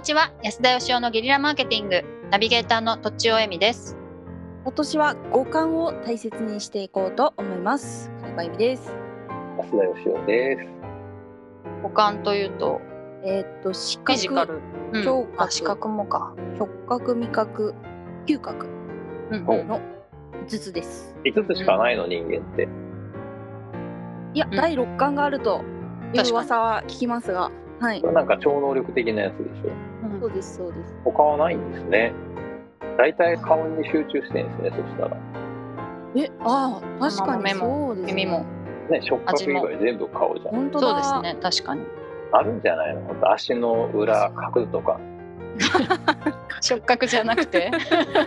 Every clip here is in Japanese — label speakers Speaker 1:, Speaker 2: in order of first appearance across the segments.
Speaker 1: ちは安田義雄のゲリラマーケティングナビゲーターのとちおえみです
Speaker 2: 今年は五感を大切にしていこうと思います。金子由美です。
Speaker 3: 安田義雄です。
Speaker 1: 五感というと
Speaker 2: えーっと視
Speaker 1: フィ
Speaker 2: 覚、
Speaker 1: ジカル、うん
Speaker 2: 聴覚
Speaker 1: あ視覚もか、
Speaker 2: 触覚、味覚、嗅覚
Speaker 1: うん
Speaker 3: お
Speaker 2: の五つです。
Speaker 3: 五つしかないの人間って。
Speaker 2: いや、
Speaker 1: うん
Speaker 2: 第六感があると
Speaker 1: 確
Speaker 2: い
Speaker 1: か
Speaker 2: う
Speaker 1: に
Speaker 2: 噂は聞きますが、はい
Speaker 3: こ。れなんか超能力的なやつでしょ。
Speaker 1: うん
Speaker 2: そうですそうです。
Speaker 3: 他はないんですね。大体顔に集中してるんですね。そしたら
Speaker 2: え、ああ確かに
Speaker 1: 目も
Speaker 2: そうです、ね。
Speaker 1: 耳も
Speaker 3: ね触覚以外全部顔じゃん。
Speaker 2: 本当だ。
Speaker 1: そうです。ね確かに
Speaker 3: あるんじゃないの？ほんと足の裏角とか。
Speaker 1: 触覚じゃなくて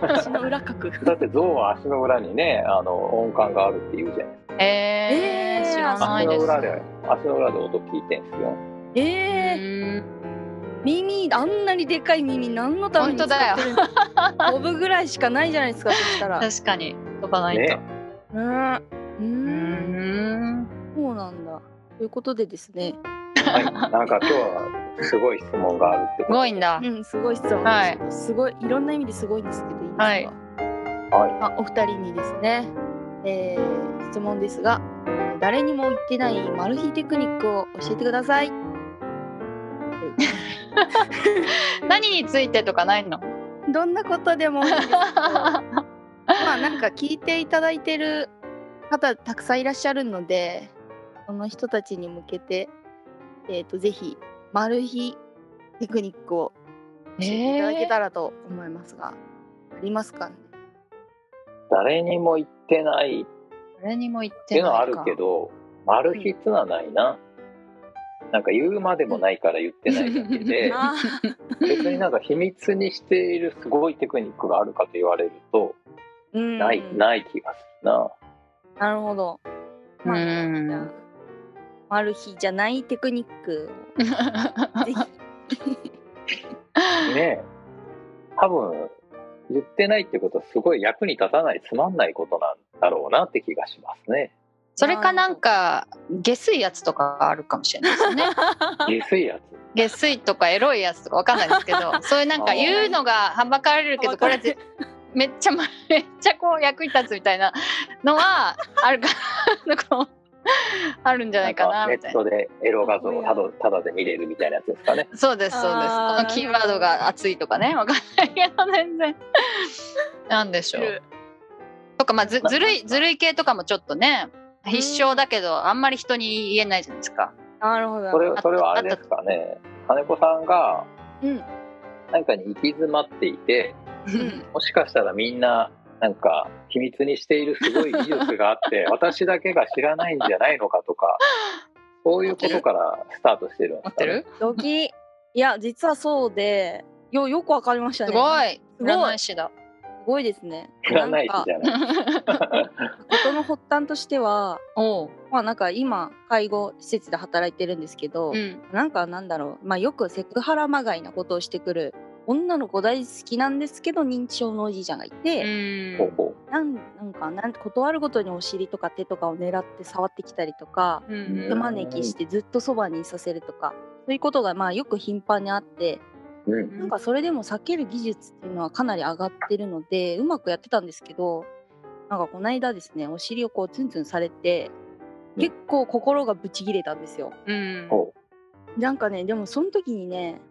Speaker 2: 足の裏角。
Speaker 3: だって象は足の裏にねあの音感があるって言うじゃないで す
Speaker 1: え
Speaker 2: え
Speaker 1: ー、
Speaker 2: ー
Speaker 1: 知ら
Speaker 3: か。
Speaker 1: ない
Speaker 3: 足の
Speaker 1: です
Speaker 3: 裏で足の裏で音聞いてんすよ。
Speaker 2: え
Speaker 1: うー
Speaker 2: え
Speaker 1: ん
Speaker 2: 耳あんなにでかい耳何のために使ってるんですか。飛ぶぐらいしかないじゃないですか。そした ら。
Speaker 1: 確かに飛ばないと、
Speaker 3: ね。
Speaker 2: うん。うー
Speaker 1: うー
Speaker 2: ん。
Speaker 1: ん
Speaker 2: そうなんだ。ということでですね。
Speaker 3: はい。なんか今日はすごい質問があるってこ
Speaker 1: す
Speaker 3: と。
Speaker 1: ごいんだ、
Speaker 2: うん、すごい質問
Speaker 1: はい
Speaker 2: です。すごい、いろんな意味ですごいんですけど、いいですか。
Speaker 1: はい
Speaker 3: はい。
Speaker 2: あ、お二人にですね。えー、質問ですが。誰にも言ってないマル秘テクニックを教えてください。
Speaker 1: 何についてとかないの
Speaker 2: どんなことでもいいんですけど。 まあ、なんか聞いていただいてる方、たくさんいらっしゃるので。その人たちに向けて。えっ、と、ぜひ、マル秘テクニックを教えていただけたらと思いますが。ありますかね。
Speaker 3: 誰にも言ってないっ
Speaker 1: 誰にも言ってて
Speaker 3: い
Speaker 1: ない
Speaker 3: う
Speaker 1: か
Speaker 3: のはあるけど、マル秘ってのはないな。なんか言うまでもないから言ってないだけで。
Speaker 2: あ
Speaker 3: 別になんか秘密にしているすごいテクニックがあるかと言われると
Speaker 2: ー
Speaker 3: ない、
Speaker 2: うん
Speaker 3: ない気がするな。
Speaker 2: なるほど。まあ
Speaker 1: うん
Speaker 2: じゃあマル秘じゃないテクニック をぜひ。
Speaker 3: ねえ多分言ってないってことはすごい役に立たないつまんないことなんだろうなって気がしますね。
Speaker 1: それかなんか下水やつとかあるかもしれないですね
Speaker 3: 下水や
Speaker 1: 下水とかエロいやつとかわかんないですけど そういうなんか言うのがはばかられるけどこれはぜめっちゃま めっちゃこう役に立つみたいなのはあるかなこうあるんじ
Speaker 3: つ
Speaker 1: ゃないかな
Speaker 3: ネ
Speaker 1: みた
Speaker 3: ッ
Speaker 1: いな
Speaker 3: トでエロ画像をただただで見れるみたいなやつですかね。
Speaker 1: そうですそうです
Speaker 2: あー
Speaker 1: このキーワードが熱いとかねわかんないけど全然なんでしょうとかまあずずるいずるい系とかもちょっとね必勝だけどあんまり人に言えないじゃないですか
Speaker 2: なるほど。
Speaker 3: それ
Speaker 1: あった
Speaker 3: それはあれですかね金子さんが
Speaker 2: うん。
Speaker 3: 何かに行き詰まっていてもしかしたらみんななんか秘密にしているすごい技術があって私だけが知らないんじゃないのかとかそういうことからスタートしてるんで
Speaker 1: 合っ
Speaker 3: すか
Speaker 1: て
Speaker 3: ね
Speaker 1: る
Speaker 2: ドキ。いや、実はそうで、よ、よくわかりました
Speaker 1: す
Speaker 2: ね。
Speaker 1: ご
Speaker 2: い。
Speaker 1: い
Speaker 2: すごい
Speaker 1: 占い師だ
Speaker 2: すごいですね。
Speaker 3: 知らないし
Speaker 2: んか
Speaker 3: じゃない
Speaker 2: 事の発端としては、
Speaker 1: おう、
Speaker 2: まあ、なんか今介護施設で働いてるんですけど、
Speaker 1: うん、
Speaker 2: なんかなんだろう、まあ、よくセクハラまがいなことをしてくる女の子大好きなんですけど認知症のおじいちゃんがいて、
Speaker 3: ほうほ
Speaker 2: なんなんかなん断るごとにお尻とか手とかを狙って触ってきたりとか
Speaker 1: うん
Speaker 2: 手招きしてずっとそばにいさせるとかそういうことがまあよく頻繁にあって
Speaker 3: う、うん、
Speaker 2: なんかそれでも避ける技術っていうのはかなり上がってるのでうまくやってたんですけどなんかこの間ですねお尻をこうツンツンされて
Speaker 3: うん
Speaker 2: 結構心がブチ切れたんですよ。
Speaker 1: うん
Speaker 3: ほ
Speaker 2: なんかねでもその時にね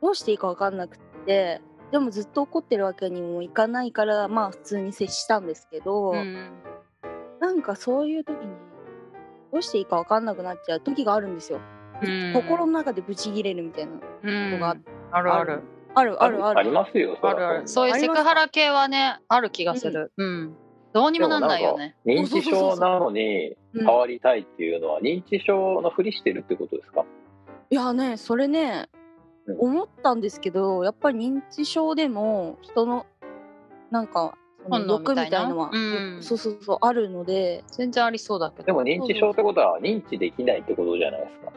Speaker 2: どうしていいか分かんなくってでもずっと怒ってるわけにもいかないからまあ普通に接したんですけど。
Speaker 1: うん
Speaker 2: なんかそういう時にどうしていいか分かんなくなっちゃう時があるんですよ。
Speaker 1: うん
Speaker 2: 心の中でブチギレるみたいなの
Speaker 1: うん
Speaker 2: がある
Speaker 1: あるある
Speaker 2: あるあるある。
Speaker 3: ありますよ
Speaker 1: あるあるそういう
Speaker 2: あ
Speaker 1: セ
Speaker 2: り
Speaker 1: ク
Speaker 2: ます
Speaker 1: ハラ系はねある気がするうんどうにもなんないよね
Speaker 3: でもなんか認知症なのに
Speaker 2: うん
Speaker 3: 変わりたいっていうのは認知症のふりしてるってことですか、
Speaker 2: いやねそれね
Speaker 3: うん
Speaker 2: 思ったんですけどやっぱり認知症でも人のなんかその
Speaker 1: 本能み
Speaker 2: 欲
Speaker 1: たいな
Speaker 2: みたいのは、
Speaker 1: うん
Speaker 2: そうそうそうあるので
Speaker 1: 全然ありそうだけ
Speaker 3: で
Speaker 1: ど
Speaker 3: も認知症ってことは認知できないってことじゃないですか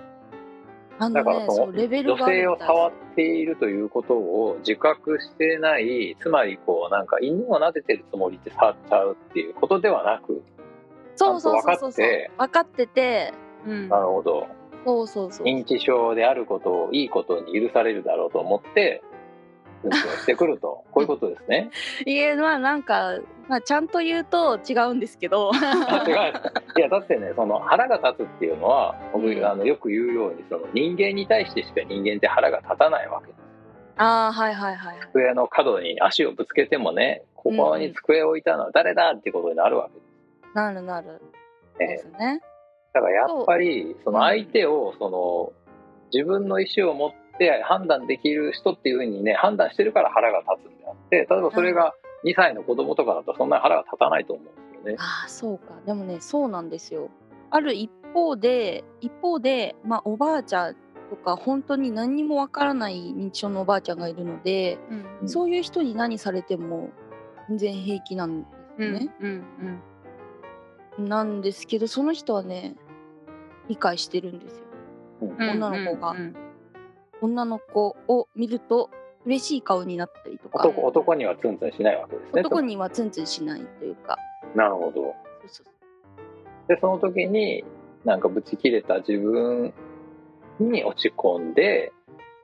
Speaker 2: あの
Speaker 3: だから
Speaker 2: ね
Speaker 3: そ
Speaker 2: そ
Speaker 3: の
Speaker 2: うレベル
Speaker 3: 女
Speaker 2: があ
Speaker 3: 性
Speaker 2: るみ
Speaker 3: を
Speaker 2: たい
Speaker 3: 触っているということを自覚してないつまりこうなんか犬を撫でてるつもりって触っちゃうっていうことではなく
Speaker 2: そうそうそう
Speaker 3: ち
Speaker 2: そ
Speaker 3: ゃんと分かっ
Speaker 2: うそう
Speaker 3: て
Speaker 2: 分かってて
Speaker 1: うん
Speaker 3: なるほど
Speaker 2: そうそうそう。
Speaker 3: 認知症であることをいいことに許されるだろうと思って運動してくると こういうことですね。
Speaker 2: いえまあなんか、まあ、ちゃんと言うと違うんですけ ど
Speaker 3: あ違ういやだってねその腹が立つっていうのは僕、
Speaker 2: うん
Speaker 3: あのよく言うようにその人間に対してしか人間って腹が立たないわけです。
Speaker 2: ああはいはいはい。
Speaker 3: 机の角に足をぶつけてもねここに机を置いたのは誰だってことになるわけ
Speaker 2: なるなる。
Speaker 3: ですね。
Speaker 2: ですね。
Speaker 3: だからやっぱりその相手をその自分の意思を持って判断できる人っていうふうにね判断してるから腹が立つんであって例えばそれが2歳の子供とかだとそんなに腹が立たないと思うんですよね。
Speaker 2: ああそうか。でもねそうなんですよ。ある一方で一方でまあおばあちゃんとか本当に何にもわからない認知症のおばあちゃんがいるので、
Speaker 1: うん
Speaker 2: そういう人に何されても全然平気なんです
Speaker 1: う
Speaker 2: よ
Speaker 1: ん
Speaker 2: ね。
Speaker 1: うん
Speaker 2: なんですけどその人はね理解してるんですよ。
Speaker 1: うん
Speaker 2: 女の子が
Speaker 1: うん
Speaker 2: 女の子を見ると嬉しい顔になったりとか
Speaker 3: 男男にはツンツンしないわけですね。
Speaker 2: 男にはツンツンしないというか
Speaker 3: なるほど。
Speaker 2: そうそうそう
Speaker 3: でその時になんかブチ切れた自分に落ち込んで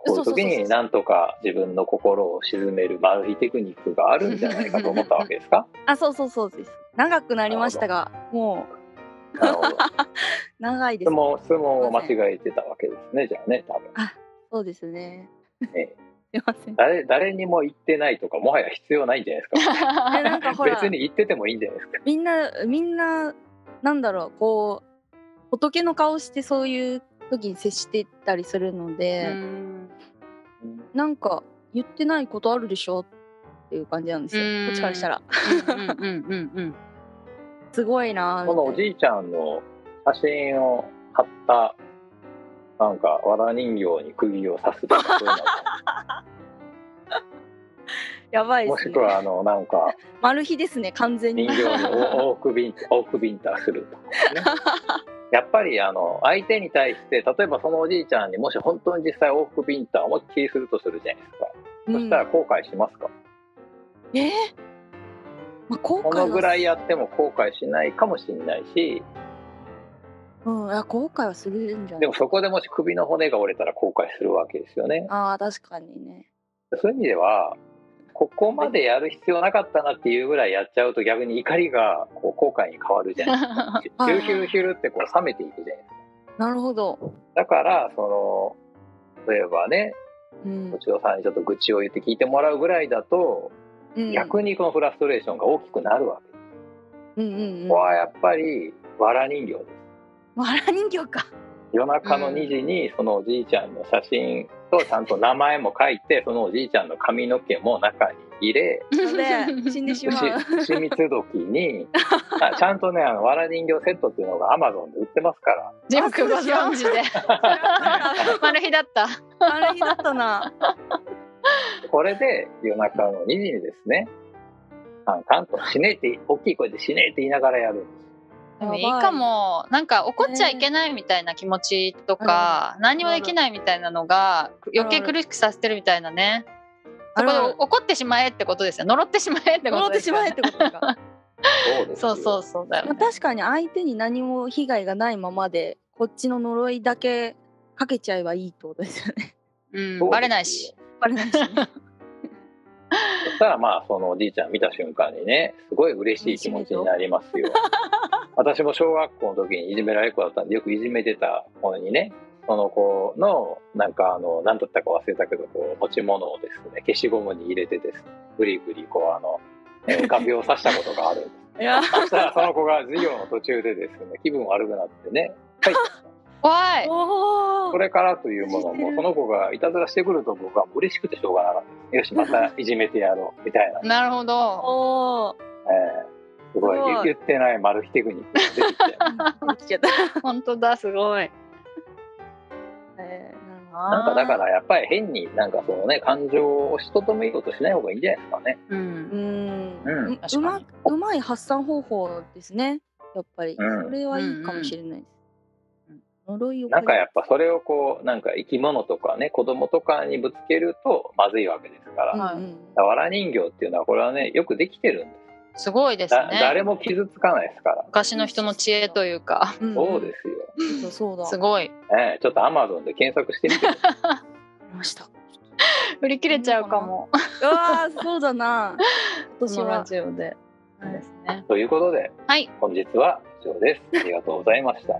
Speaker 3: こう
Speaker 2: そ
Speaker 3: いう時
Speaker 2: うそうそう
Speaker 3: に
Speaker 2: そう
Speaker 3: なんとか自分の心を鎮めるマル秘テクニックがあるんじゃないかと思ったわけで すか
Speaker 2: あそうそうそうです長くなりましたがも
Speaker 3: なるほど。
Speaker 2: う長いで
Speaker 3: 質
Speaker 2: すね
Speaker 3: 問質問を間違えてたわけですねじゃあね多分
Speaker 2: そうですね
Speaker 3: え
Speaker 2: すいま せん
Speaker 3: 誰誰にも言ってないとかもはや必要ないんじゃないですか
Speaker 2: えなんかほら
Speaker 3: 別に言っててもいいんじゃないですか
Speaker 2: みんなみんななんだろうこう仏の顔してそういう時に接していったりするの
Speaker 1: う
Speaker 2: で、
Speaker 1: ん
Speaker 2: なんか言ってないことあるでしょっていう感じなんですよ
Speaker 1: うん
Speaker 2: こっちからした ら
Speaker 1: うんうんうんうん
Speaker 2: すごいなーみた
Speaker 3: こ
Speaker 2: いな
Speaker 3: のおじいちゃんの写真を貼ったなんかわら人形に釘を刺すとか そういうの
Speaker 2: やばいで
Speaker 3: も
Speaker 2: す
Speaker 3: し
Speaker 2: ね
Speaker 3: くはあのなんか
Speaker 2: マル秘ですね完全に
Speaker 3: 人形 にお往復ビン往復ビンタするとかねやっぱりあの相手に対して例えばそのおじいちゃんにもし本当に実際往復ビンタ思いっきりするとするじゃないですか、そしたら後悔しますか
Speaker 2: うんえーまあ、後
Speaker 3: こ
Speaker 2: 悔は
Speaker 3: のぐらいやっても後悔しないかもしれないし
Speaker 2: うん、いや後悔はするんじゃな
Speaker 3: で
Speaker 2: い
Speaker 3: もそこでもし首の骨が折れたら後悔するわけですよね
Speaker 2: ああ確かにね
Speaker 3: そういう意味ではここまでやる必要なかったなっていうぐらいやっちゃうと逆に怒りがこう後悔に変わるじゃないで すかヒュルヒュルヒュルってこう冷めていくじゃないですか
Speaker 2: なるほど、
Speaker 3: だからその例えばね
Speaker 2: うん
Speaker 3: お千代さんにちょっと愚痴を言って聞いてもらうぐらいだと
Speaker 2: うん、
Speaker 3: 逆にこのフラストレーションが大きくなるわけ、
Speaker 2: うんうんうん
Speaker 3: ここはやっぱりわら人形です
Speaker 2: わら人形か
Speaker 3: 夜中の2時にそのおじいちゃんの写真とちゃんと名前も書いてそのおじいちゃんの髪の毛も中に入れ
Speaker 2: や べえ死んでし
Speaker 3: 牛
Speaker 2: まう
Speaker 3: 牛蜜時 にあちゃんとねあのわら人形セットっていうのがアマゾンで売ってますから
Speaker 1: 全部ご存知でマル秘だった
Speaker 2: マル秘だったな
Speaker 3: これで夜中の2時にですねカンカンと死ねって大きい声で死ねって言いながらやるんです
Speaker 1: でも
Speaker 2: やばい
Speaker 1: いいかもなんか怒っちゃいけないみたいな気持ちとか、何もできないみたいなのが余計苦しくさせてるみたいなねそこで怒ってしまえってことですよ呪ってしまえってこ
Speaker 2: 戻
Speaker 1: と
Speaker 2: っ
Speaker 1: で
Speaker 2: て
Speaker 1: す
Speaker 2: し
Speaker 1: よ、
Speaker 2: まえっ
Speaker 1: ね、
Speaker 2: てことか、ま
Speaker 3: そうです
Speaker 1: そ
Speaker 3: よ
Speaker 1: うそうそうだよ、
Speaker 2: あ、
Speaker 1: ね、
Speaker 2: 確かに相手に何も被害がないままでこっちの呪いだけかけちゃえばいいってことですよね
Speaker 1: うんバレないし
Speaker 2: バレないしね
Speaker 3: そしたらまあそのおじいちゃん見た瞬間にねすごい嬉しい気持ちになりますよ。私も小学校の時にいじめられっ子だったんでよくいじめてた子にねその子のなんかあの何だったか忘れたけどこう持ち物をですね消しゴムに入れてですねグリグリこうあの、えー、画鋲を刺したことがあるんです。
Speaker 2: いや
Speaker 3: そしたらその子が授業の途中でですね気分悪くなってね「はい
Speaker 1: 怖い
Speaker 2: お
Speaker 3: こ
Speaker 2: ー
Speaker 3: れから」というものもその子がいたずらしてくると僕はもう嬉しくてしょうがなかったですよしまたいじめてやろうみたいな。
Speaker 1: なるほど
Speaker 2: おー
Speaker 3: えーすごい
Speaker 2: すごい
Speaker 3: 言ってないマル秘テクニックが出てきて
Speaker 2: できちゃった、
Speaker 1: 本当だすごい
Speaker 2: えーなるほど
Speaker 3: なんかだからやっぱり変になんかそのね感情を押しとどめようとしない方がいいんじゃないですかね。
Speaker 1: う
Speaker 2: うんん
Speaker 3: うん
Speaker 2: う
Speaker 1: 確
Speaker 2: う
Speaker 1: か
Speaker 2: ま
Speaker 1: に
Speaker 2: うまい発散方法ですねやっぱり、
Speaker 3: うん
Speaker 2: それはいいかもしれな
Speaker 1: う
Speaker 2: いです、
Speaker 1: ん
Speaker 2: 呪いを
Speaker 3: なんかやっぱそれをこうなんか生き物とかね子供とかにぶつけるとまずいわけですから。
Speaker 2: う
Speaker 3: だ
Speaker 2: ん
Speaker 3: か
Speaker 2: うん
Speaker 3: らわら人形っていうのはこれはねよくできてるんです。
Speaker 1: すごいです
Speaker 3: だ
Speaker 1: ね
Speaker 3: 誰も傷つかないですから。
Speaker 1: 昔の人の知恵というか
Speaker 3: そうですよ。
Speaker 2: す。そうだ。
Speaker 1: すごい
Speaker 3: ね、ちょっとアマゾンで検索してみて。
Speaker 2: ました。
Speaker 1: 売り切れちゃうかも
Speaker 2: うわーそうだな。今
Speaker 1: こ
Speaker 2: 年
Speaker 1: のラ
Speaker 2: は。
Speaker 1: ジオでですね
Speaker 3: ということで、
Speaker 1: はい
Speaker 3: 本日は以上です。ありがとうございました。
Speaker 1: あ